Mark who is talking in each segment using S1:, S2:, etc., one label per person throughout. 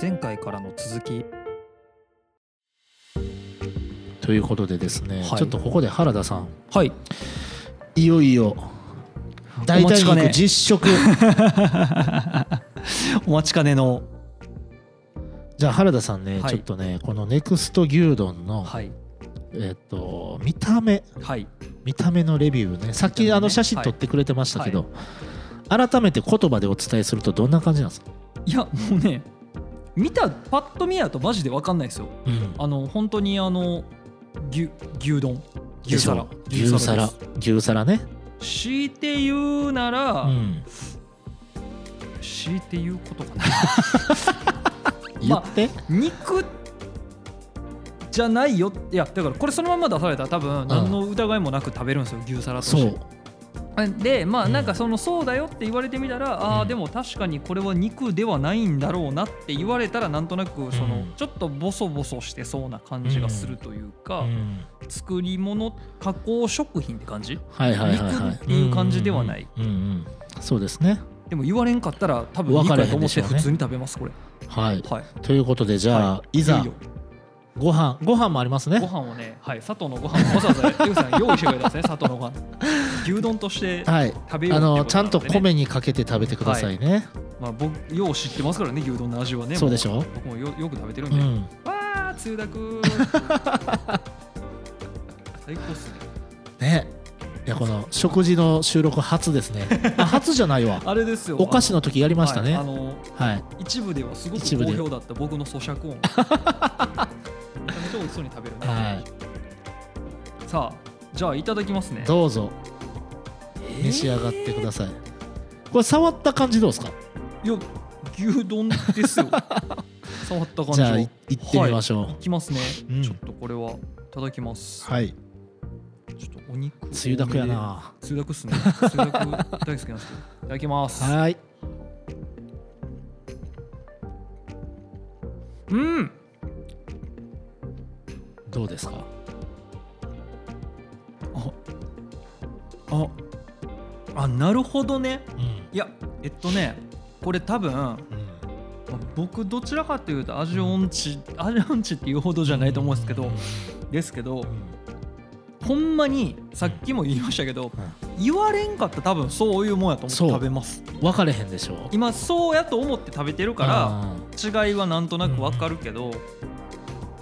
S1: 前回からの続き
S2: ということでですね、
S1: はい
S2: ちょっとここで原田さん
S1: はい
S2: いよいよ大
S1: お
S2: 体
S1: 待ちかね
S2: 肉実食
S1: お待ちかねの
S2: じゃあ原田さんね、
S1: はい
S2: ちょっとねこのネクスト牛丼の、
S1: はい
S2: えっと見た目
S1: はい
S2: 見た目のレビューねさっ
S1: 見
S2: き
S1: た目ね
S2: あの写真撮ってくれてましたけど、改めて言葉でお伝えするとどんな感じなんですか、
S1: いやもうね見たパッと見やとマジで分かんないですよあの本当にあの牛牛丼
S2: で
S1: 牛
S2: しょ
S1: 皿
S2: 牛
S1: で
S2: 皿
S1: す
S2: 牛皿ね、
S1: 強いて言うなら、
S2: うん、
S1: 強いて言うことかな
S2: 言って、
S1: 肉じゃないよいやだからこれそのまま出されたら多分何の疑いもなく食べるんですよ、牛皿として
S2: そう
S1: でまあ
S2: うん
S1: なんかそのそうだよって言われてみたら、あ
S2: う
S1: あ
S2: ん
S1: でも確かにこれは肉ではないんだろうなって言われたらなんとなくその、
S2: うん
S1: ちょっとボソボソしてそうな感じがするというか、
S2: うん
S1: 作り物加工食品って感じ
S2: はいはいはいはい
S1: 肉っていう感じではない
S2: うんうんうんうんそうですね
S1: でも言われんかったら多分
S2: 分
S1: 肉
S2: かれへ
S1: だ
S2: ん
S1: と思って
S2: でし
S1: 普
S2: ょうね
S1: 通に食べますこれ
S2: はい
S1: はい
S2: ということでじゃあ、、
S1: はい
S2: ざ
S1: よ
S2: ご飯ご飯もあります
S1: いよご
S2: ね
S1: 飯をねはい佐藤のご飯をわざわ ざゆうさん用意してくれたんですね佐藤のご飯牛丼として
S2: はい
S1: 食べようっていうことな
S2: あ
S1: でね
S2: のちゃんと米にかけて食べてくださいね、
S1: まあ僕よう知ってますからね牛丼の味はね
S2: そうでしょ
S1: もう僕もよよく食べてるん
S2: う
S1: で、
S2: ん
S1: わあつゆだく最高っすね
S2: ねいやこの食事の収録初です ねあ初じゃないわ
S1: あれですよ
S2: お菓子
S1: あ
S2: の時やりましたね
S1: はいあの
S2: はい
S1: 一部ではすごく
S2: 一部
S1: 好
S2: で
S1: 評だった僕の咀嚼 音めちゃめちゃ美味しそうに食べるな、
S2: はい
S1: さあじゃあいただきますね
S2: どうぞ召し上がってください、これ触った感じどうですか
S1: いや牛丼です よ触った感じ
S2: じゃ
S1: は
S2: あい
S1: い
S2: 行ってみましょう、
S1: きますね、
S2: うん
S1: ちょっとこれはいただきます、
S2: はい
S1: ちょっとお肉
S2: つゆだくやな
S1: つゆだくっすねつゆだく大好きなんですけどいただきます
S2: はい
S1: うん
S2: どうですか
S1: ああなるほどね
S2: うん
S1: いやえっとねこれ多分
S2: うん
S1: 僕どちらかというと味音痴味音痴っていうほどじゃないと思うんですけどですけどほんまにさっきも言いましたけど言われんかったら多分そういうもんやと思って
S2: そう
S1: 食べます
S2: 分かれへんでしょ
S1: 今そうやと思って食べてるか
S2: うん
S1: ら違いはなんとなくわかるけど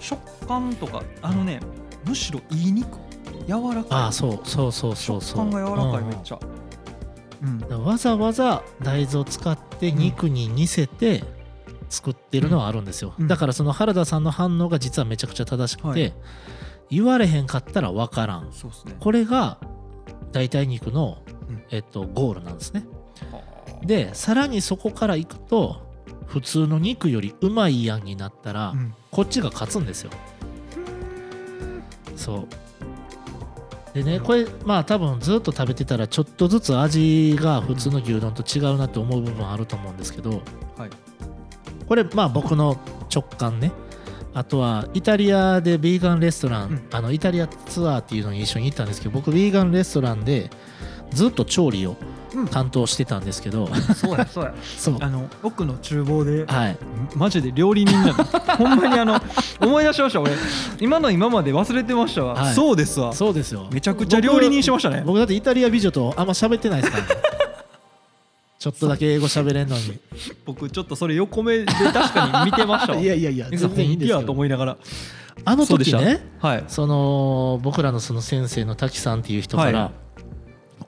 S1: 食感とかあのねむしろいい肉柔ら
S2: あ
S1: か
S2: あそうそうそうそう
S1: い食
S2: そう
S1: 感が柔らかいめっ
S2: ゃ
S1: ちゃうん
S2: わざわざ大豆を使って肉に似せて作ってるのはあるんですよ、
S1: うん
S2: だからその原田さんの反応が実はめちゃくちゃ正しくて、
S1: はい
S2: 言われへんかったら分からん
S1: そうですね
S2: これが代替肉の
S1: うん、
S2: えっと、ゴールなんですね
S1: はあ
S2: でさらにそこからいくと普通の肉よりうまいやんになったら、
S1: うん
S2: こっちが勝つんですよそうでねこれまあ多分ずっと食べてたらちょっとずつ味が普通の牛丼と違うなと思う部分あると思うんですけど
S1: はい
S2: これまあ僕の直感ねあとはイタリアでヴィーガンレストラン、
S1: うん
S2: あのイタリアツアーっていうのに一緒に行ったんですけど僕ヴィーガンレストランでずっと調理を
S1: うん
S2: 担当してたんですけど、
S1: そう やそうや
S2: そう
S1: あの奥の厨房で
S2: はい
S1: マジで料理人なのほんま にあの思い出しました俺今の今まで忘れてましたわ、
S2: はい
S1: そうですわ
S2: そうですよ
S1: めちゃくちゃ料理人しましたね
S2: 僕だってイタリア美女とあんま喋ってないです からねちょっとだけ英語喋れんのに
S1: 僕ちょっとそれ横目で確かに見てましたわ
S2: いやいやいや
S1: え
S2: 全然いいんです
S1: 本気や
S2: け
S1: と
S2: ど
S1: 思いながら
S2: あの
S1: そうでし
S2: 時
S1: た
S2: ね
S1: はい
S2: その僕らのその先生の滝さんっていう人から、
S1: は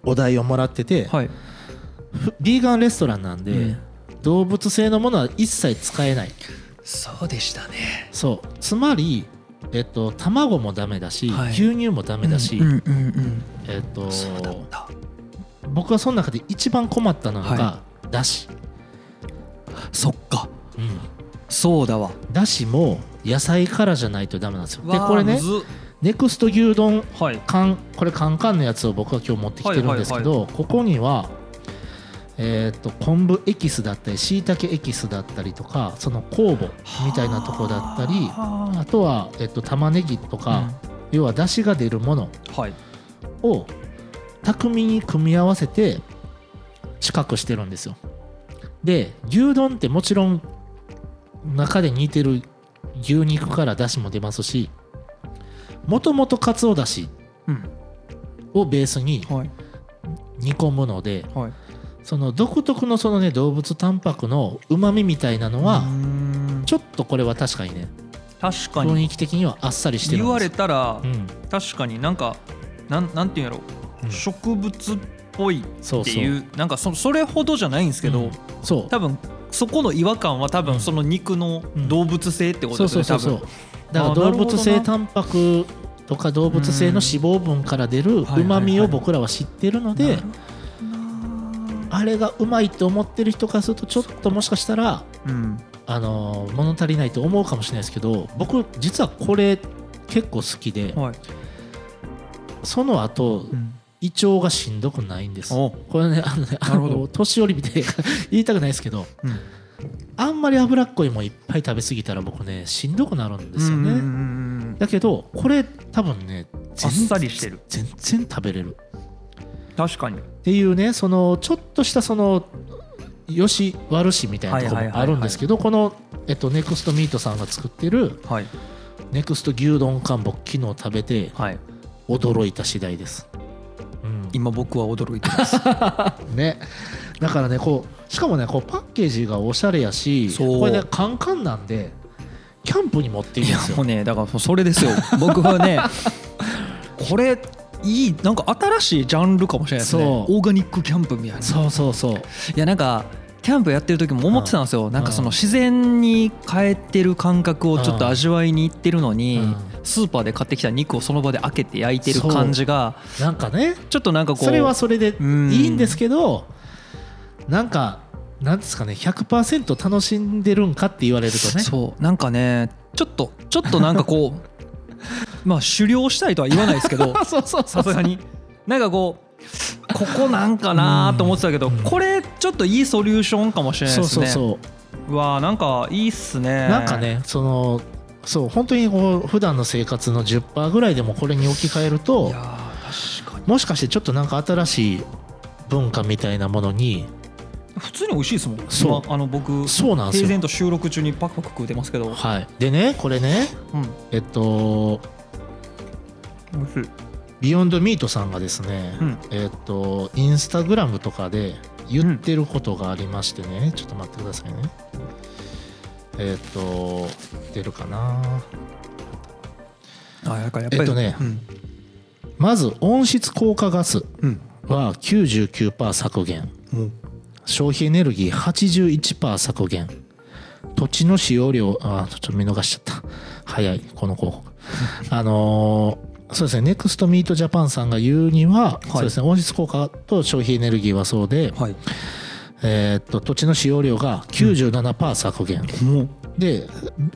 S2: お題をもらってて、
S1: はい
S2: ふビーガンレストランなんで、
S1: うん
S2: 動物性のものは一切使えない
S1: そうでしたね
S2: そうつまり、えっと、卵もダメだし、
S1: はい
S2: 牛乳もダメだし、
S1: うんうんうん
S2: えっと、
S1: そうだった
S2: 僕はその中で一番困ったのが、
S1: は
S2: だし、
S1: そっか
S2: うん、
S1: そうだわ
S2: だしも野菜からじゃないとダメなんですよで
S1: わあ
S2: これね
S1: むず
S2: ネクスト牛丼
S1: はい
S2: 缶これカンカンのやつを僕は今日持ってきてるんですけど、
S1: は
S2: ここには、えー、と昆布エキスだったりしいたけエキスだったりとかその酵母みたいなとこだったり
S1: は
S2: あとは、えっと玉ねぎと
S1: あ
S2: か、要は出汁が出るもの
S1: うんはい
S2: を巧みに組み合わせて四角してるんですよで牛丼ってもちろん中で煮てる牛肉から出汁も出ますしもともとかつおだし
S1: うん
S2: をベースに
S1: はい
S2: 煮込むので
S1: はい
S2: その独特のそのね動物タンパクのうまみみたいなの
S1: うー
S2: は
S1: ん
S2: ちょっとこれは確かにね
S1: 確か
S2: 雰
S1: に
S2: 囲気的にはあっさりしてる
S1: 言
S2: ん
S1: わ
S2: で
S1: れ
S2: す
S1: たら
S2: うん
S1: 確かになんかなんなんていうんやろ
S2: うん
S1: 植物っぽい
S2: そ
S1: っていうなんかそそれほどじゃないんですけど、
S2: うんそう
S1: 多分そこの違和感は多分その肉の動物性ってこと
S2: そ
S1: で
S2: う
S1: す
S2: そ
S1: よね多
S2: うそうそう
S1: 分
S2: だから
S1: あーな
S2: 動
S1: るほどな
S2: 物性タンパクとか動物性の脂肪分から出る
S1: んはいはいうはい
S2: まみを僕らは知ってるの
S1: なる
S2: で
S1: ほ
S2: あれがうまいと思ってる人からするとちょっともしかしたら
S1: うん
S2: あのー物足りないと思うかもしれないですけど僕実はこれ結構好きで
S1: はい、
S2: その後
S1: うん、
S2: 胃腸がしんどくないんです
S1: お
S2: これねあのねあ
S1: なるほど
S2: の年寄りみたいな言いたくないですけど
S1: うん
S2: あんまり脂っこいもんいっぱい食べ過ぎたら僕ねしんどくなるんですよね。
S1: うんうんうんうん
S2: だけどこれ多分ね
S1: あ
S2: 全
S1: っさりしてる
S2: 全然食べれる
S1: 確かに
S2: っていうねそのちょっとしたそのよし悪しみたいなところもあるんですけどこの、えっと、ネクストミートさんが作ってる
S1: はい
S2: ネクスト牛丼缶僕昨日食べて
S1: はい
S2: 驚いた次第です、う
S1: 今僕は驚いてます
S2: ん、ねだからねこうしかもねこうパッケージがおしゃれやし
S1: そう
S2: これねカンカンなんでキャンプに持っていいん
S1: い
S2: で
S1: や
S2: す
S1: も
S2: よ
S1: うねだからそれですよ 僕はねこれいいなんか新しいジャンルかもしれないですね
S2: そう
S1: オーガニックキャンプみたいな
S2: そうそうそう
S1: いやなんかキャンプやってる時も思ってたんですよ、なんかその自然に変えてる感覚をちょっと味わいに行ってるのに、
S2: うん
S1: スーパーで買ってきた肉をその場で開けて焼いてる感じが
S2: なんかね
S1: ちょっとなんかこう
S2: それはそれでい
S1: うん
S2: いんですけどなんかなんですかね100%楽しんでるんかって言われるとね
S1: そうなんかねちょっとちょっとなんかこう まあ狩猟したいとは言わないですけど
S2: そうそう
S1: さすがになんかこうここなんかなと思ってたけど、
S2: うん
S1: これちょっといいソリューションかもしれない
S2: そう
S1: です
S2: そう
S1: ね
S2: そう
S1: わーなんかいいっすね
S2: うなんかねそのそう本当にこう普段の生活の10%ぐらいでもこれに置き換える
S1: い
S2: と
S1: やー確かに
S2: もしかしてちょっとなんか新しい文化みたいなものに
S1: 普通に美味しいですもん
S2: そう
S1: 今あの僕
S2: そうなんです
S1: 平然
S2: よ
S1: と収録中にパクパク食うてますけど、
S2: はいでねこれね
S1: うん、
S2: えっと
S1: 美味しい
S2: ビヨンドミートさんがですね、
S1: うん
S2: えっとインスタグラムとかで言ってることがありましてね、ちょっと待ってくださいねえっと出るかな
S1: あやっぱりやっぱり
S2: えっとね
S1: うん
S2: まず温室効果ガス
S1: うん
S2: は99%削減
S1: もう
S2: 消費エネルギー81%削減土地の使用量あちょっと見逃しちゃった早いこ の広告あのーそうですねネクストミートジャパンさんが言うには、
S1: い
S2: そうですね温室効果と消費エネルギーはそうで、
S1: はい
S2: えーっと土地の使用量が97%削減、
S1: もう
S2: で、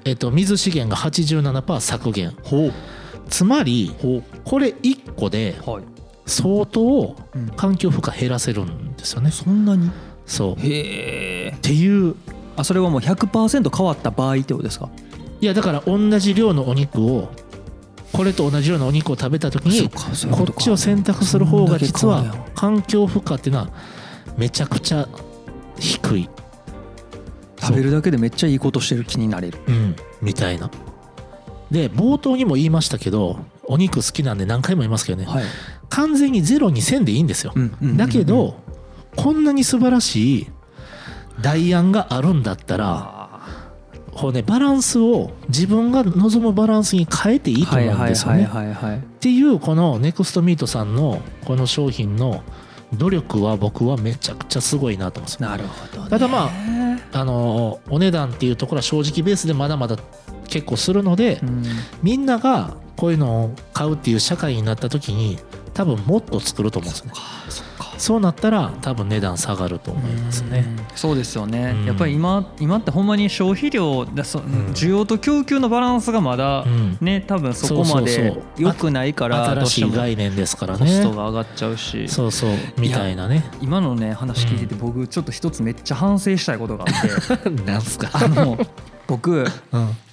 S2: えーっと水資源が87%削減
S1: ほ
S2: つまりこれ1個で
S1: うはい、
S2: 相当
S1: うん、
S2: 環境負荷減らせるんですよね
S1: そんなに
S2: そうっ
S1: へえ
S2: ていう
S1: あそれはもう100%変わった場合ってことですか
S2: いやだから同じ量のお肉をこれと同じ量のお肉を食べた時に
S1: かそ
S2: こっちを選択する方が実
S1: そんだけ変わ
S2: は
S1: る
S2: 環境負荷っていうのはめちゃくちゃ低い、
S1: 食べるだけでめっちゃいいことしてる気になれる
S2: うん、みたいなで冒頭にも言いましたけどお肉好きなんで何回も言いますけどね、
S1: はい、
S2: 完全にゼロにせんでいいんですよ、
S1: うんうんうんうん
S2: だけどこんなに素晴らしい代案があるんだったら
S1: あ
S2: こう、ね、バランスを自分が望むバランスに変えてい
S1: ー
S2: いと
S1: はい
S2: 思うん
S1: は
S2: で
S1: い
S2: すよ
S1: はい
S2: ね
S1: はいはい
S2: っていうこのネクストミートさんのこの商品の努力は僕はめちゃくちゃすごいなと思うんですよ
S1: なるほど、ね、
S2: ただまあのお値段っていうところは正直ベースでまだまだ結構するので
S1: うん
S2: みんながこういうのを買うっていう社会になった時に多分もっと作ると思うんですよね
S1: そっか
S2: そうなったら多分値段下がると思いますね
S1: うんそうですよね、
S2: うん
S1: やっぱり今今ってほんまに消費量だそ
S2: ん
S1: 需要と供給のバランスがまだ
S2: う、ん
S1: ね多分そこま
S2: そうそう
S1: で
S2: そう
S1: 良くないから
S2: 新
S1: どうして
S2: しい
S1: も
S2: 概念ですから
S1: コスト
S2: ね
S1: が上がっちゃうし
S2: そうそうみたいなね
S1: 今のね話聞いてて僕ちょっと一つめっちゃ反省したいことがあって
S2: なんすか
S1: あの僕
S2: うん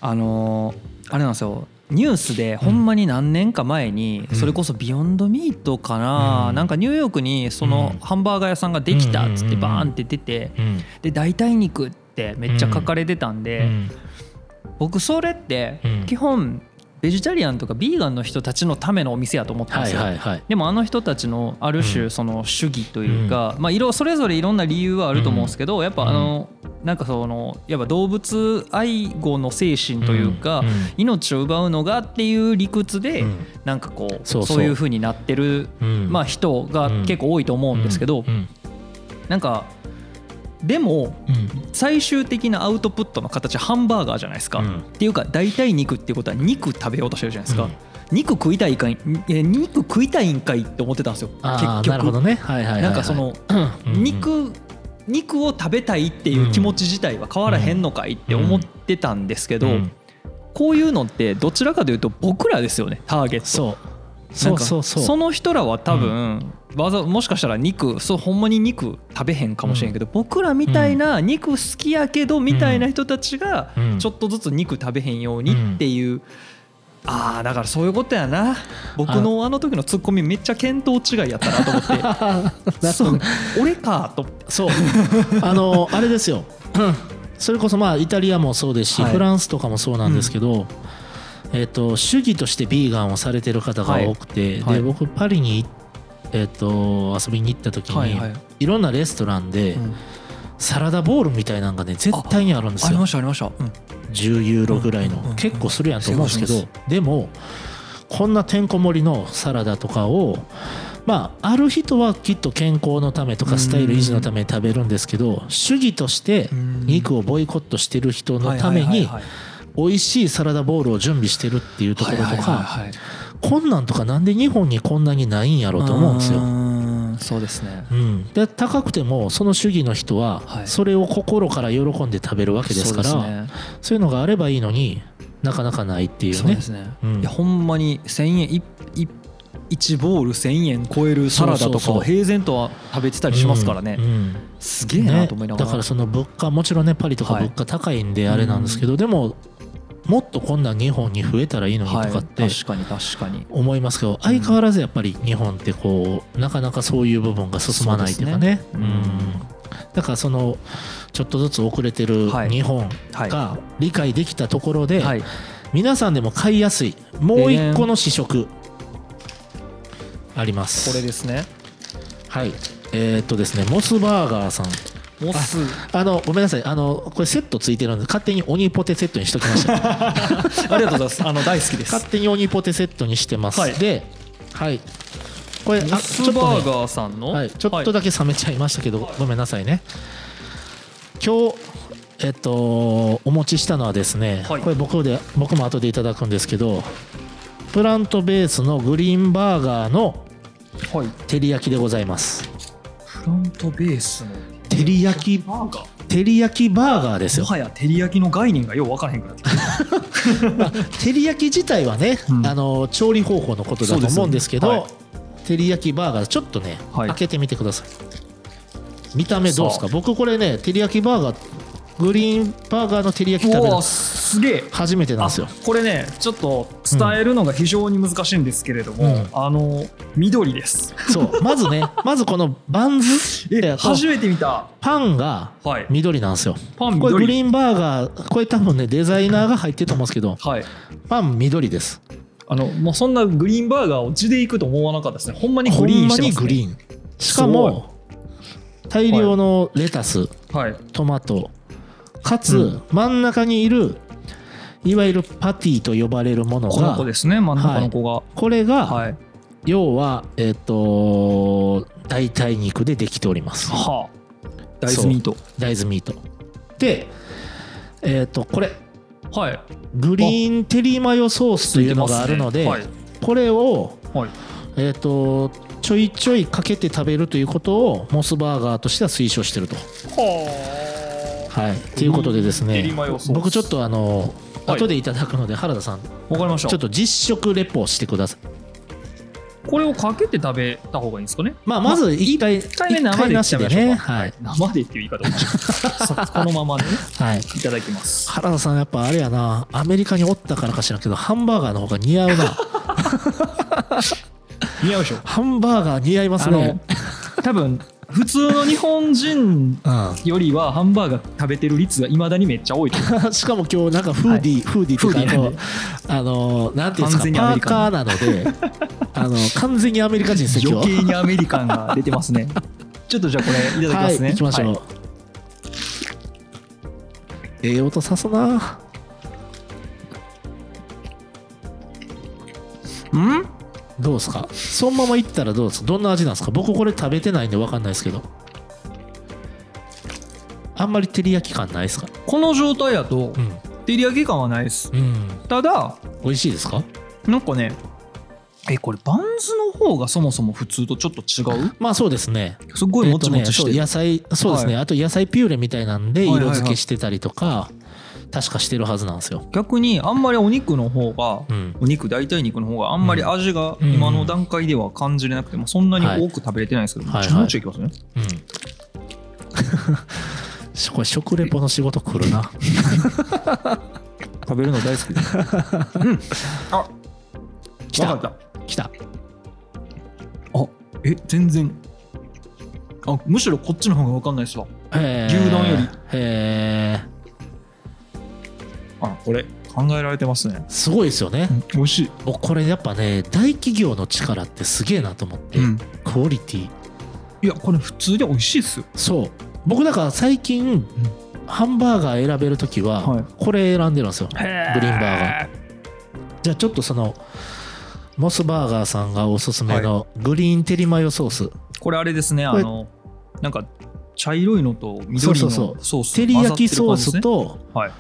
S1: あのーあれなんですよニュースでほんまに何年か前に
S2: うん
S1: それこそ「ビヨンドミート」かな、
S2: うん
S1: なんかニューヨークにその
S2: うん
S1: ハンバーガー屋さんができたっつって
S2: うんうんうんうん
S1: バーンって出て
S2: うん
S1: で代替肉ってめっちゃ書かれてたんで、
S2: うん
S1: 僕それって
S2: うん
S1: 基本ベジタリアンとかビーガンの人たちのためのお店やと思ったんです
S2: はい
S1: よ、
S2: はいはい
S1: でもあの人たちのある
S2: う
S1: 種
S2: ん
S1: その主義というか、まあ、色それぞれいろんな理由はあると思うんですけどやっぱあのなんかそのやっぱ動物愛護の精神というか、
S2: うんうん
S1: 命を奪うのがっていう理屈で、
S2: うん
S1: なんかこう
S2: そ
S1: そうう
S2: そう
S1: いう風になってる、
S2: うん
S1: まあ、人が結構多いと思うんですけど、
S2: うん
S1: なんかでも
S2: うん
S1: 最終的なアウトプットの形ハンバーガーじゃないですか、
S2: うん
S1: っていうか代替肉っていうことは肉食べようとしてるじゃないですか、
S2: うん
S1: 肉食いたいかいえ肉食いたいんかいって思ってたんですよ結
S2: あー
S1: 局
S2: なるほどねはいはいはいはい
S1: なんかその、
S2: うん
S1: 肉肉を食べたいっていう気持ち自体は変わらへんのかいって思ってたんですけど、
S2: うん
S1: こういうのってどちらかというと僕らですよねターゲット
S2: そうそうそうそ
S1: なん
S2: う
S1: かその人らは多分、わざもしかしたら肉そうほんまに肉食べへんかもしれんけど、僕らみたいな肉好きやけどみたいな人たちが
S2: うん
S1: ちょっとずつ肉食べへんようにっていう、ああだからそういうことやな僕のあの時のツッコミめっちゃ見当違いやったなと思 ってそう俺かと思って
S2: そう あのあれですよそれこそまあイタリアもそうですし、
S1: はい
S2: フランスとかもそうなんですけど、えっと主義としてビーガンをされてる方が多くて、
S1: いはい
S2: で僕パリに、えっと遊びに行った時に、
S1: はい
S2: い
S1: はい
S2: ろんなレストランで、
S1: うん
S2: サラダボウルみたいなのがね絶対にあるんです
S1: あり
S2: よ
S1: ましたありました、うん
S2: 10ユーロぐらいの、
S1: うんうんうん
S2: 結構するやんと思うんですけど
S1: すごい
S2: でもこんなてんこ盛りのサラダとかをまあある人はきっと健康のためと
S1: う
S2: か
S1: ん
S2: スタイル維持のために食べるんですけど主義として
S1: うん
S2: 肉をボイコットしてる人のため
S1: はい
S2: に
S1: はいはい
S2: 美味しいサラダボウルを準備してるっていうところと
S1: はいはい
S2: か
S1: はいはい
S2: こんなんとかなんで日本にこんなにないんやろうと思うんですよ
S1: う。ーんそうですね
S2: うん、で高くてもその主義の人
S1: は
S2: はいそれを心から喜んで食べるわけですから、
S1: そうですね
S2: そういうのがあればいいのになかなかないっていうね。
S1: そうですね、
S2: うん
S1: いやほんまに1,000円いい1ボール1,000円超えるサラダ
S2: そう
S1: とか
S2: そうそう
S1: を平然とは食べてたりしますからね、
S2: うんうん
S1: すげえな
S2: ね
S1: と思いながら、
S2: だからその物価もちろんねパリとか
S1: はい
S2: 物価高いんであれなんですけど、でももっとこんなん日本に増えたらいいのにと
S1: はい、
S2: かっ
S1: 確
S2: て
S1: かに確かに
S2: 思いますけど、相変わらずやっぱり日本ってこうなかなかそういう部分が進まないというかね
S1: そうですね
S2: うんだからそのちょっとずつ遅れてる
S1: はい
S2: 日本
S1: はい
S2: が理解できたところで、
S1: はい
S2: 皆さんでも買いやすいもう一個の試食あります
S1: これですね
S2: はいえーっとですねモスバーガーさん
S1: モス
S2: あのごめんなさいあのこれセットついてるんで勝手に鬼ポテセットにしときました
S1: ありがとうございますあの大好きです
S2: 勝手に鬼ポテセットにしてます、
S1: はい
S2: ではいこれあ
S1: モスバー
S2: ね
S1: ガーさんの
S2: はい、ちょっとだけ冷めちゃいましたけど、ごめんなさいね今日えっとお持ちしたのはですね、
S1: はい
S2: これ僕で僕も後でいただくんですけどプラントベースのグリーンバーガーの
S1: はい、はい
S2: 照り焼きでございます
S1: フラントベースの
S2: 照り焼き
S1: バーガー
S2: 照り焼きバーガーです
S1: も
S2: よ
S1: はや照り焼きの概念がよう分からへんくなってきた
S2: 照り焼き自体はね、
S1: うん
S2: あの調理方法のことだと思うんですけど
S1: そうです
S2: 照り焼きバーガーちょっとね、
S1: はい
S2: 開けてみてください見た目どうですか
S1: さ
S2: 僕これね照り焼きバーガーグリーンバーガーの照り焼き食べる
S1: う
S2: の
S1: わすげえ
S2: 初めてなんですよ
S1: あこれねちょっと伝えるのが非常に難しいんですけれども、
S2: うん
S1: あの緑です
S2: そうまずね まずこのバンズ
S1: え
S2: で
S1: 初めて見た
S2: パンが
S1: はい
S2: 緑なんですよ
S1: パン
S2: これグ
S1: 緑
S2: リーンバーガーこれ多分ねデザイナーが入ってると思うんですけど
S1: はい
S2: パン緑です
S1: あのもうそんなグリーンバーガーを地で行くと思わなかったですねほんまに
S2: ほ
S1: グリ
S2: ん
S1: ーン
S2: ま
S1: してま
S2: に
S1: す、ね、
S2: グリーンしかも大量のレタス
S1: はい
S2: トマトかつ、
S1: うん
S2: 真ん中にいるいわゆるパティと呼ばれるもの
S1: この
S2: が
S1: 子ですね真ん中の子が
S2: これが、
S1: はい、はい
S2: 要はえっ、と代替肉でできております
S1: はあ大豆ミート
S2: 大豆ミートでえっ、とこれ
S1: はい
S2: グリーンテリーマヨソースというのがあるので、
S1: はい
S2: これを
S1: はい
S2: えっ、とちょいちょいかけて食べるということをモスバーガーとしては推奨してると
S1: は
S2: はいということでです
S1: テリ
S2: ね
S1: ーマヨソース
S2: 僕ちょっとあの
S1: はい
S2: 後でいただくので原田さん
S1: あわかりました
S2: ちょっと実食レポをしてください。
S1: これをかけて食べた方がいいんですかね
S2: まあ、まず一回、一
S1: 回目生でいっちゃいましょうか
S2: 回なしはい。
S1: 生でっていう言い方をし ましたこのままね
S2: はい。
S1: いただきます
S2: 原田さん、やっぱあれやな、アメリカにおったからかしらんけど、ハンバーガーの方が 似合うな。
S1: 似合うでしょ
S2: ハンバーガー似合います
S1: あ
S2: ね
S1: の。多分普通の日本人
S2: うん
S1: よりはハンバーガー食べてる率がいまだにめっちゃ多いと思う
S2: しかも今日なんかフーディー、フーディーっていうかあの、あのなんていうんです
S1: 完全に
S2: か
S1: ア
S2: パ
S1: メ
S2: ー
S1: リカ
S2: カーなので あの完全にアメリカ人 ですね今
S1: 余
S2: 日
S1: 計にアメリカンが出てます ねちょっとじゃあこれいただきますね、
S2: はい行きましょう、
S1: はい
S2: ええ音さすな
S1: うん
S2: どうですかそのまま行ったらどうですかどんな味なんですか僕これ食べてないんで分かんないですけどあんまり照り焼き感ないですか
S1: この状態だと
S2: うん、
S1: 照り焼き感はないです
S2: うん、
S1: ただ
S2: 美味しいですか
S1: なんかねえこれバンズの方がそもそも普通とちょっと違う
S2: まあそうですね
S1: すっごいもちも
S2: えっと
S1: ち
S2: ね
S1: して
S2: そう
S1: る、
S2: 野菜そうですね、
S1: は
S2: あと野菜ピューレみたいなんで
S1: はいはいはい
S2: 色付けしてたりとか、確かしてるはずなんですよ、
S1: 逆にあんまりお肉の方が、
S2: うん、
S1: お肉代替肉の方があんまり味が今の段階では感じれなくて、まあ、そんなに多く食べれてないんですけど、
S2: はい
S1: ちょもちょいきますね、
S2: うん これ食レポの仕事来るな
S1: 食べるの大好きですうんあ
S2: 来
S1: わ
S2: た
S1: かっ
S2: 来た
S1: たあえ全然あむしろこっちの方が分かんないですわ
S2: へー
S1: 牛丼より
S2: へー
S1: あこれ考えられてますね、
S2: すごいですよね、
S1: 美味しい、
S2: 僕これやっぱね大企業の力ってすげえなと思って、
S1: うん、
S2: クオリティ
S1: いやこれ普通に美味しいっすよ
S2: そう僕だから最近、ハンバーガー選べる時は、
S1: はい
S2: これ選んでるんですよ
S1: グリ
S2: グリーンバーガじゃあちょっとそのモスバーガーさんがおすすめのグリーンテリマヨソース、
S1: これあれですねあ
S2: これ
S1: のなんか茶色いのと緑のソ
S2: そうそうそう
S1: ース
S2: 照り焼きソー
S1: と
S2: スと
S1: はい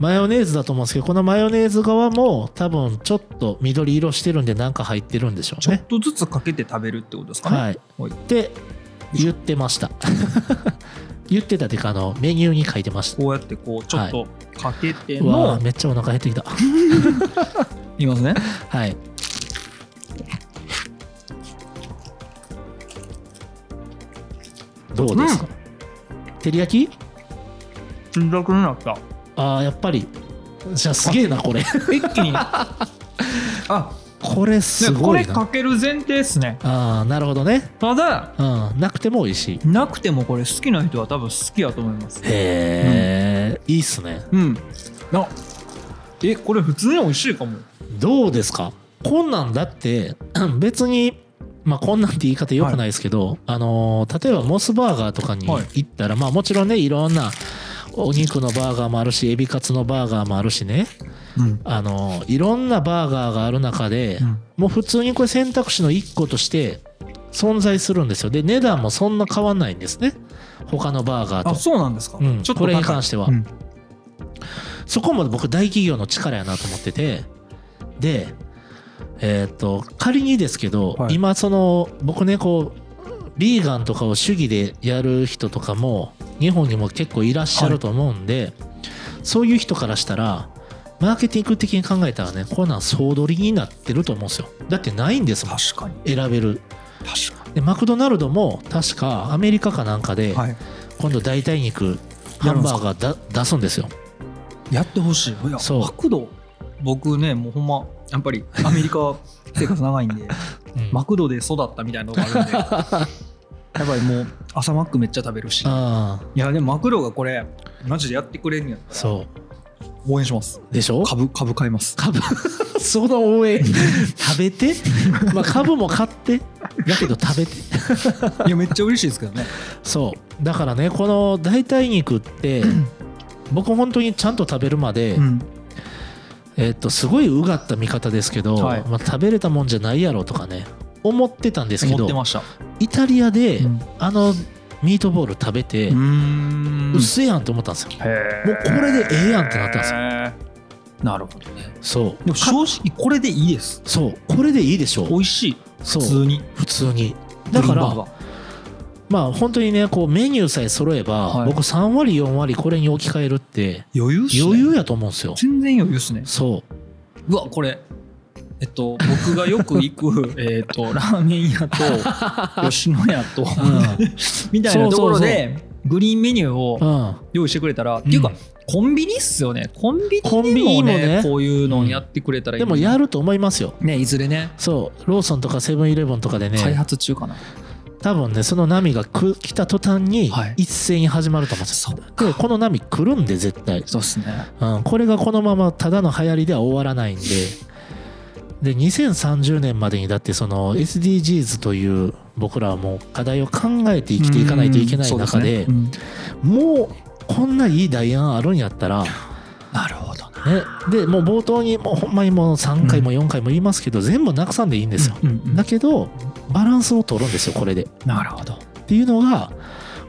S2: マヨネーズだと思うんですけどこのマヨネーズ側も多分ちょっと緑色してるんでなんか入ってるんでしょう
S1: ちょっ
S2: ね
S1: とずつかけて食べるってことですかね、
S2: はい
S1: はい
S2: って言ってました 言ってたっていうかあのメニューに書いてました
S1: こうやってこうちょっとかけて
S2: う
S1: の、
S2: わーめっちゃお腹減ってきた
S1: い、きますね
S2: はいどうですか、照り焼き
S1: ちっちゃくなった
S2: ああやっぱりじゃあすげえなこれ
S1: 一気 にあ
S2: これす
S1: ねこ
S2: ご
S1: れ
S2: いな
S1: かける前提ですね
S2: ああなるほどね
S1: ただ
S2: うんなくても美味しい
S1: なくてもこれ好きな人は多分好きやと思います
S2: へえ、いいっすね
S1: うんあえこれ普通に美味しいかも
S2: どうですかこんなんだって 別にまあこんなんって言い方良くないですけど、あのー例えばモスバーガーとかに
S1: はい
S2: 行ったら、まあもちろんねいろんなお肉のバーガーもあるしエビカツのバーガーもあるしね
S1: うん
S2: あのーいろんなバーガーがある中で、
S1: うん
S2: もう普通にこれ選択肢の一個として存在するんですよで値段もそんな変わんないんですね他のバーガー
S1: あ
S2: と
S1: そうなんですか、
S2: うん
S1: ちょっと高い
S2: これに関しては
S1: うん
S2: そこも僕大企業の力やなと思っててでえっ、と仮にですけど、
S1: はい
S2: 今その僕ねこうビーガンとかを主義でやる人とかも日本にも結構いらっしゃると思うんで、そういう人からしたらマーケティング的に考えたらねこんなん総取りになってると思うんですよだってないんですもん
S1: 確かに
S2: 選べる
S1: 確か
S2: でマクドナルドも確かアメリカかなんかで
S1: にはい
S2: 今度代替肉ハンバーガーだ出すんですよ
S1: やってほしいいや
S2: そう
S1: マクド僕ねもうほんまやっぱりアメリ カ生活長いんで
S2: うん
S1: マクドで育ったみたいなのがあるん でやっぱりもう朝マックめっちゃ食べるし
S2: ああ
S1: いやでもマクドがこれマジでやってくれんやったら
S2: そう
S1: 応援します
S2: でしょ
S1: 株株買います
S2: 株 その応援 食べて、まあ、株も買って だけど食べて
S1: いやめっちゃ嬉しいですけどね
S2: そうだからねこの代替肉って僕本当にちゃんと食べるまで、
S1: ん
S2: えっとすごいうがった見方ですけど、
S1: はい
S2: まあ、食べれたもんじゃないやろとかね思ってたんですけ
S1: 思っ
S2: ど
S1: てました
S2: イタリアで、
S1: うん
S2: あのミートボール食べて、
S1: うーん
S2: うっせえやんと思ったんですよ
S1: へー
S2: もうこれでええやんってなったんですよ
S1: なるほどね
S2: そう
S1: でも
S2: か
S1: 正直これでいいです
S2: そうこれでいいでしょ
S1: 美
S2: う
S1: 味しい普
S2: そう
S1: 通に
S2: 普通にだ
S1: グリー
S2: から
S1: ンバーガー
S2: まあ本当にねこうメニューさえ揃えば、
S1: はい
S2: 僕3割4割これに置き換えるって
S1: 余裕っすね
S2: 余裕やと思うんですよ。
S1: 全然余裕っすね
S2: そう
S1: うわこれえっと僕がよく行く えっとラーメン屋と 吉野家と、
S2: ん
S1: みたいなところでグリーンメニューを
S2: うん
S1: 用意してくれたら、っていうか
S2: うん
S1: コンビニっすよねコンビニ
S2: コンビ
S1: でも
S2: ニも
S1: ね
S2: ね
S1: こういうのやってくれたらいい
S2: で
S1: のに、
S2: もやると思いますよ。
S1: ねいずれね
S2: そうローソンとかセブンイレブンとかで
S1: 開
S2: ね
S1: 発中かな
S2: 多分ねその波がく来た途端に
S1: はい
S2: 一斉に始まると思うんです
S1: そ
S2: よ、
S1: っか
S2: でこの波来るんで絶対、
S1: そうっすね
S2: うん、これがこのままただの流行りでは終わらないんでで2030年までにだってその SDGs という僕らはもう課題を考えて生きていかないといけない中で
S1: うん
S2: もうこんないい代案あるんやったら、ね、
S1: なるほどな
S2: でもう冒頭にもうほんまにもう3回も4回も言いますけど全部なくさんでいいんですよ。
S1: うんうん
S2: だけどバランスを取るんですよこれで。
S1: なるほど
S2: っていうのが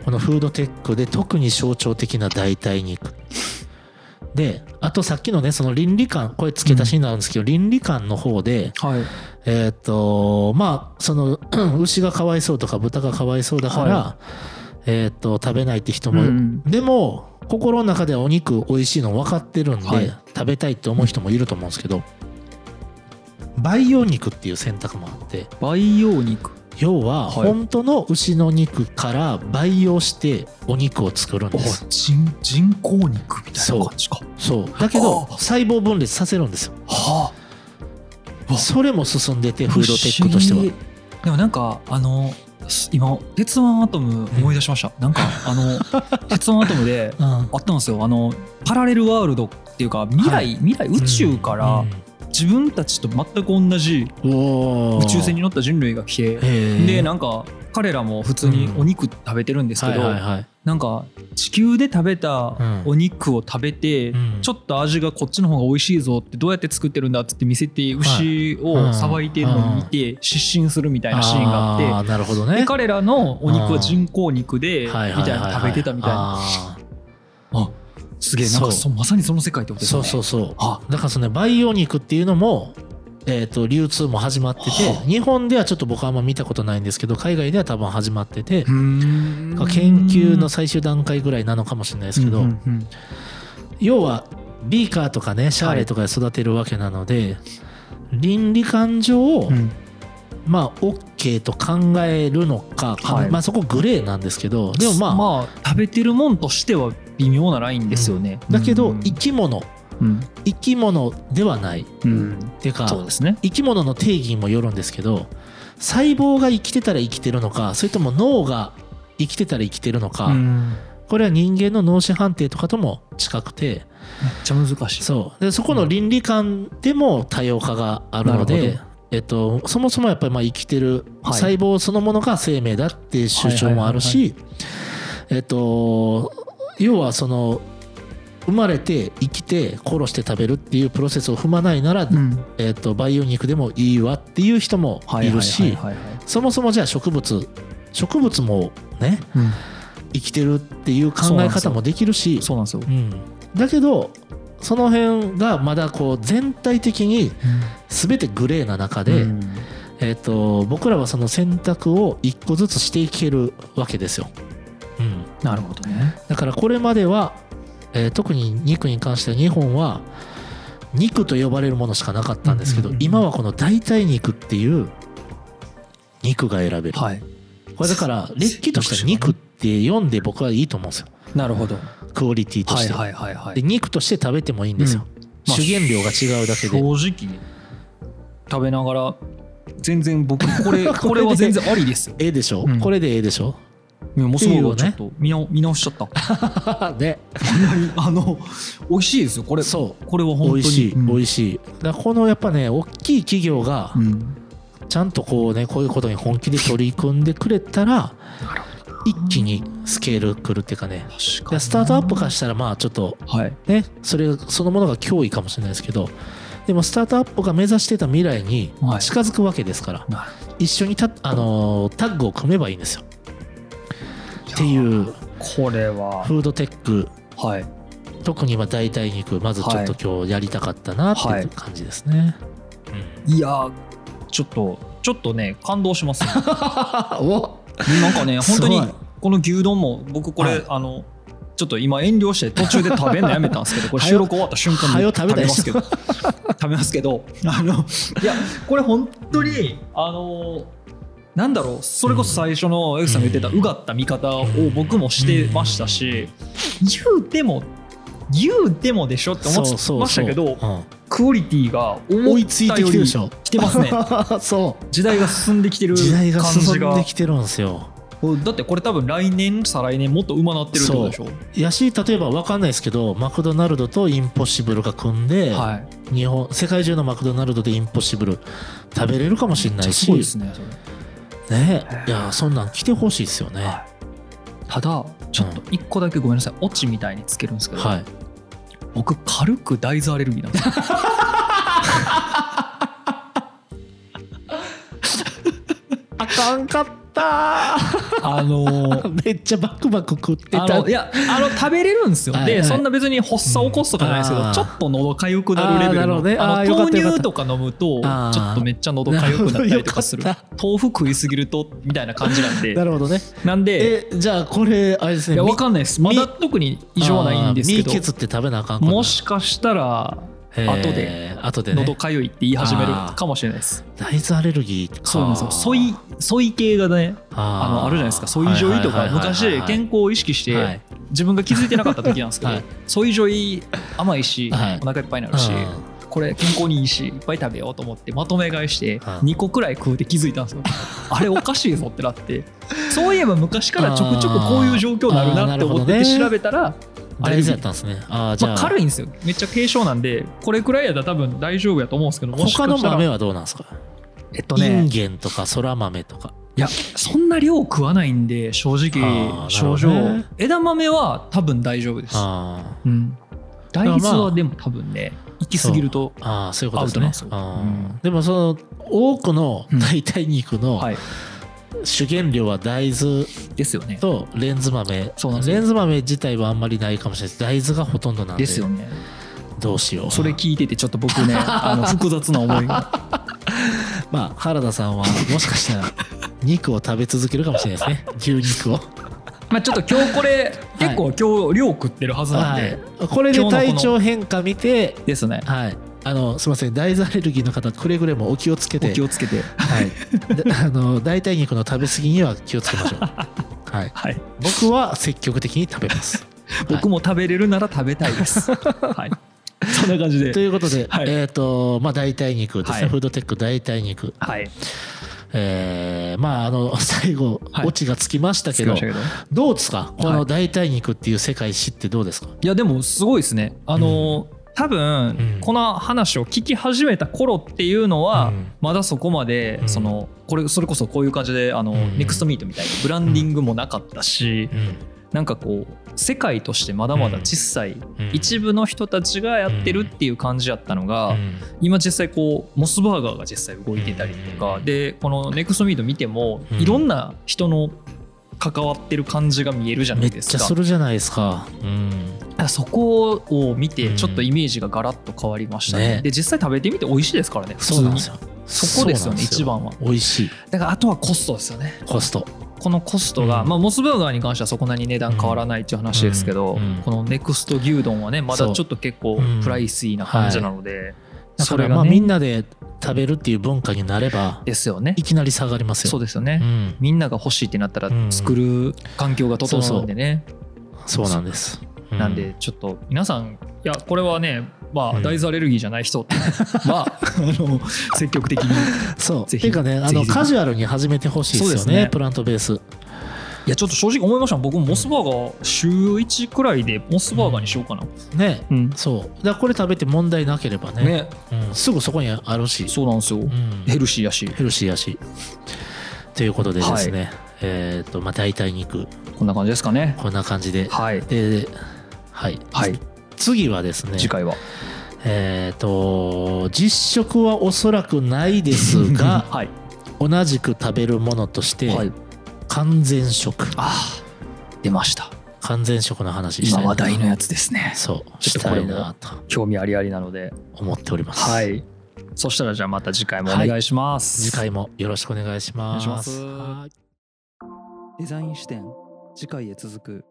S2: このフードテックで特に象徴的な代替肉であとさっきのねその倫理観これ付け足しになるんですけど、倫理観の方で
S1: はい
S2: えーっとまあその うん牛がかわいそうとか豚がかわいそうだから、えーっと食べないって人も、
S1: うん
S2: でも心の中ではお肉美味しいの分かってるんで、
S1: はい
S2: 食べたいって思う人もいると思うんですけど培養肉っていう選択もあって
S1: 培養肉
S2: 要は
S1: はい
S2: 本当の牛の肉から培養してお肉を作るんです、
S1: 人人工肉みたいな感じか
S2: そうだけど
S1: あ
S2: 細胞分裂させるんですよ
S1: はあ
S2: それも進んでてフードテックとして
S1: 不
S2: は
S1: 思議でもなんかあのす今「鉄腕アトム」思い出しました、なんかあ の「鉄腕アトム」であったんですよあのパラレルワールドっていうか未来、
S2: は
S1: 未来
S2: うん
S1: 宇宙から自分たちと全く同じ
S2: うんおー
S1: 宇宙船に乗った人類が来て、
S2: へー
S1: でなんか彼らも普通にお肉食べてるんですけど、
S2: はいはいはい
S1: なんか地球で食べた
S2: うん
S1: お肉を食べて、
S2: うん
S1: ちょっと味がこっちの方が美味しいぞってどうやって作ってるんだっつって見せて牛をさばいてるのを見て失神するみたいなシーンがあっ
S2: ーなるほど
S1: て
S2: ね
S1: で彼らのお肉は人工肉でみ
S2: は
S1: たい
S2: いはいはい
S1: な
S2: はい
S1: 食べてたみたいな
S2: あ
S1: すげえなんか
S2: そ
S1: そまさにその世界ってこ
S2: ー
S1: とです
S2: そ
S1: よ
S2: う
S1: ね
S2: そうそう
S1: あ
S2: だからその培養肉っていうのも、えー、と流通も始まってて
S1: はあ
S2: 日本ではちょっと僕はあんま見たことないんですけど海外では多分始まってて
S1: うーん
S2: 研究の最終段階ぐらいなのかもしれないですけ
S1: う
S2: ど、
S1: んうんうん
S2: 要はビーカーとかねシャーレとかで育てるわけなので、倫理感情を、
S1: うん
S2: まあ OK と考えるのか、
S1: はい
S2: まあそこグレーなんですけどでもまあ、
S1: まあ食べてるもんとしては微妙なラインですよね、
S2: だけど
S1: うん
S2: 生き物
S1: うん
S2: 生き物ではないっ
S1: うん
S2: ていうか
S1: そうですね
S2: 生き物の定義にもよるんですけど細胞が生きてたら生きてるのかそれとも脳が生きてたら生きてるのか、
S1: うんめっ
S2: これは人間の脳死判定とかとも近くて、
S1: ちゃ難しい
S2: そうでそこの倫理観でも多様化があるの
S1: なる
S2: で
S1: ほ、
S2: えっと、そもそもやっぱりまあ生きてる
S1: はい
S2: 細胞そのものが生命だっていう主張もあるしえっと要はその生まれて生きて殺して食べるっていうプロセスを踏まないなら、
S1: うん
S2: えっと、培養肉でもいいわっていう人もいるし
S1: はいはいはいはいはい
S2: そもそもじゃあ植物植物もね生きてるっていう考え方もできるし
S1: そうなんですよ、
S2: うん、だけどその辺がまだこう全体的に全てグレーな中で、
S1: うん
S2: えー、と僕らはその選択を一個ずつしていけるわけですよ、うん、
S1: なるほどね
S2: だからこれまでは、えー特に肉に関しては日本は肉と呼ばれるものしかなかったんですけど、
S1: うんうんうん
S2: 今はこの代替肉っていう肉が選べる、
S1: はい
S2: これだかられっきとした肉って読んで僕はいいと思うんですよ
S1: なるほど
S2: クオリティと
S1: は
S2: し
S1: い
S2: て、
S1: はいはいは
S2: で
S1: い
S2: 肉として食べてもいいんですよ、
S1: まあ
S2: 主原料が違うだけ
S1: 正
S2: で
S1: 直食べながら全然僕こ れこれは全然ありですよ
S2: ええでしょ、
S1: うん
S2: これでええでしょ
S1: いやもう
S2: って
S1: そ
S2: いう
S1: う
S2: よ
S1: ちょ
S2: ね
S1: っと見直見直しちゃった
S2: ね
S1: あの美味しいですよこれ
S2: そ
S1: これは本
S2: う
S1: 当
S2: 美
S1: に
S2: 味しい、
S1: うん
S2: 美味しいだからこのやっぱね大きい企業が
S1: うん
S2: ちゃんとこうねこういうことに本気で取り組んでくれたら一気にスケールくるっていうかね
S1: 確か
S2: で
S1: に
S2: スタートアップからしたらまあちょっと
S1: はい
S2: ねそれそのものが脅威かもしれないですけどでもスタートアップが目指してた未来に
S1: はい
S2: 近づくわけですから、
S1: なる
S2: 一緒にた、あのータッグを組めばいいんですよっていう
S1: これは
S2: フードテック
S1: はい
S2: 特に今代替肉まずちょっと今日やりたかったなって
S1: はいいう
S2: 感じですね、
S1: いやーちょっとちょっとね感動しますね
S2: お
S1: なんかね本
S2: す
S1: 当
S2: ごい
S1: にこの牛丼も僕これ、
S2: はい
S1: あのちょっと今遠慮して途中で食べるのやめたんです けどこれ
S2: はよ
S1: 収録終わった瞬間
S2: は
S1: に
S2: よ食べたい
S1: ますけど食べますけ どあのいやこれ本当にあのなんだろうそれこそ最初の江口さんが言ってた
S2: うん
S1: うがった見方を僕もしてましたし言うても言うてもでしょって思ってましたけど
S2: そうそうそううん
S1: クオリティが
S2: 追いついてきてるでしょ
S1: 来てます ね
S2: そ
S1: 時代が進んできて
S2: う
S1: る
S2: 時代が
S1: 感じ
S2: 進ん
S1: が
S2: できてるんですよ
S1: だってこれ多分来年再来年もっと馬なってるってことでしょ
S2: やし例えば分かんないですけどマクドナルドとインポッシブルが組んで、
S1: はい
S2: 日本世界中のマクドナルドでインポッシブル食べれるかもしれないし
S1: すごいですねそれ
S2: ねいやそんなん来てほしいですよね
S1: はただちょっと一個だけごめんなさいオチみたいにつけるんですけど、
S2: はい
S1: 僕軽く大豆アレルギーなん ですよ
S2: あかんかった
S1: あのー
S2: めっちゃバクバク食ってた
S1: あのいやあの食べれるんですよ
S2: はいは
S1: で
S2: い
S1: そんな別に発作起こすとかじゃないですけど、
S2: うんあー
S1: ちょっと喉かゆくなるレベ
S2: あーな
S1: ル
S2: る
S1: の
S2: ほどねあー
S1: あ
S2: よか
S1: の
S2: った
S1: 豆
S2: よかった
S1: 乳とか飲むとち
S2: あー
S1: ょっとめっちゃ喉かゆくなったりとかする
S2: なるほ
S1: 豆腐食いすぎるとみたいな感じなんで
S2: なるほどね
S1: なんで
S2: えじゃあこれあれです
S1: い
S2: ね
S1: やわかんないですまだ特に異常はないんですけど
S2: ミーケツって食べなあかんかな
S1: もしかしたら
S2: へー
S1: 後で
S2: 後でね
S1: 喉かゆいって言い始めるかもしれないです
S2: 大豆アレルギーか
S1: そうなんですよソイソイ系がねあ
S2: あー
S1: のあるじゃないですかソイジョイと
S2: は
S1: か
S2: いはいはいはい
S1: 昔健康を意識して、
S2: はい
S1: 自分が気づいてなかった時なんですけど、
S2: はい
S1: ソイジョイ甘いし、
S2: はい
S1: お腹いっぱいになるし、
S2: う
S1: これ健康にいいしいっぱい食べようと思ってまとめ買いして
S2: はい
S1: 2個くらい食うて気づいたんですよあれおかしいぞってなって そういえば昔からちょくちょくこういう状況になる
S2: あー
S1: なって思っ
S2: な
S1: て
S2: るほど
S1: て
S2: ね
S1: 調べたらアレル
S2: 大豆
S1: ギ
S2: やっ
S1: ー
S2: たんですねあーじゃ
S1: ま
S2: あ
S1: あ、軽いんですよめっちゃ軽症なんでこれくらいやったら多分大丈夫やと思うんですけどもし
S2: 他
S1: か
S2: の
S1: した
S2: 豆
S1: ら
S2: はどうなんですか
S1: えっと
S2: イン
S1: ね
S2: ゲンとかそら豆とか
S1: いやそんな量食わないんで正
S2: あ
S1: 直
S2: ーなるほ
S1: 症
S2: ど
S1: 状、
S2: ね
S1: 枝豆は多分大丈夫です
S2: あ
S1: う
S2: ー
S1: ん、大
S2: からまあ
S1: 豆はでも多分ね行き過ぎると
S2: あーそういうことです
S1: ア
S2: ね
S1: ウト
S2: あ
S1: なんですよ
S2: ー
S1: うん
S2: でもその多くの
S1: うん
S2: 代替肉の
S1: はい
S2: 主原料は大豆
S1: ですよね
S2: とレンズ豆
S1: そうなんですよ
S2: レンズ豆自体はあんまりないかもしれないです大豆がほとんどなんで
S1: ですよね
S2: どうしよう
S1: それ聞いててちょっと僕 ねあの複雑な思いが
S2: まあ原田さんはもしかし たら肉を食べ続けるかもしれないですね牛肉を
S1: まあちょっと今日これ結構今日量食ってるはずなん
S2: は
S1: で、
S2: いこれで体調変化見て
S1: ですね
S2: はいあのすいません大豆アレルギーの方くれぐれもお気をつけ
S1: お
S2: て
S1: 気をつけて
S2: はいであの代替肉の食べ過ぎには気をつけましょうはい
S1: はい
S2: 僕は積極的に食 べます
S1: 僕も食べれるなら食べたい です。はい。そんな感じ
S2: と
S1: で。
S2: いうことで、
S1: はい
S2: えっ、とまあ代替肉ですね、
S1: はい
S2: フードテック代替肉
S1: はい。
S2: えーまあ あの最後、
S1: はい
S2: オチがつきましたけ
S1: つけ
S2: ど
S1: ましたけど
S2: どうですかこ
S1: は
S2: の
S1: い
S2: 代替肉っていう世界知ってどうですか、
S1: いやでもすごいですね。あのー多
S2: うん
S1: 分この話を聞き始めた頃っていうの
S2: う
S1: は
S2: ん
S1: まだそこま
S2: う
S1: で
S2: ん
S1: そのこれそれこそこういう感じであの
S2: うん
S1: ネクストミートみたいなブランディングもなかったしなんかこう世界としてまだまだ小さい一部の人たちがやってるっていう感じやったのが今実際こうモスバーガーが実際動いてたりとか
S2: うん
S1: でこのネクストミート見ても
S2: うん
S1: いろんな人の関わってる感じが見えるじゃな
S2: め
S1: い
S2: っ
S1: です
S2: ちゃ
S1: か
S2: するじゃないですか、うん、
S1: あそこを見
S2: う
S1: て
S2: ん
S1: ちょっとイメージがガラッと変わりましたね
S2: ね
S1: で実際食べてみて美味しいですからね普
S2: そう
S1: 通
S2: なん
S1: に
S2: ですよ
S1: そこですよね一
S2: そうなん
S1: 番は
S2: ですよ美味しい
S1: だからあとはコストですよね
S2: コスト
S1: このコストが、
S2: うん
S1: まあ、モスバーガーに関してはそこなりに値段変わらないっていう話ですけど、
S2: うんうん
S1: このネクスト牛丼はねまだ
S2: そう
S1: ちょっと結構
S2: うん
S1: プライシーな感じなので、
S2: だ
S1: それ
S2: から
S1: が
S2: まあ
S1: ね
S2: みんなで食べるっていう文化になれば
S1: ですよね
S2: いきなり下がりますよ
S1: そうですよね、
S2: うん、
S1: みんなが欲しいってなったら
S2: うん
S1: 作る環境が整うんでね、
S2: そうなんです、う
S1: なんでちょっと皆さんいやこれはねま
S2: う
S1: あ
S2: ん
S1: 大豆アレルギーじゃない 人はあの積極的に
S2: そう
S1: ぜひ
S2: ていうかねあ
S1: ぜ
S2: の
S1: ひぜひ
S2: カジュアルに始めてほしいですよ
S1: そうで
S2: ね
S1: すね
S2: プラントベース
S1: いやちょっと正直思いました僕もモスバーガー週1くらいでモスバーガーにしようかな
S2: ね
S1: うん、
S2: そうだからこれ食べて問題なければね
S1: ね
S2: うん、すぐそこにあるし、
S1: そうなんですよ、
S2: うん、
S1: ヘルシーやし
S2: ヘルシーやしということでですね、えっ、とまあ代替肉
S1: こんな感じですかね
S2: こんな感じで、
S1: はい
S2: ではい
S1: はい
S2: 次はですね
S1: 次回は
S2: えっ、と実食はおそらくないです が
S1: はい
S2: 同じく食べるものとして、
S1: はい
S2: 完全食
S1: あー出ました
S2: 完全食の話し
S1: 今
S2: たいな
S1: 話題のやつですね
S2: そう
S1: ちょっ
S2: し
S1: とこ
S2: た
S1: れ
S2: い
S1: も
S2: なと
S1: 興味ありありなので
S2: 思っております、
S1: はいそしたらじゃあまた次回もお願いします、
S2: 次回もよろしくお願いします
S1: お願いします
S2: はい
S1: デザイン視点次回へ続く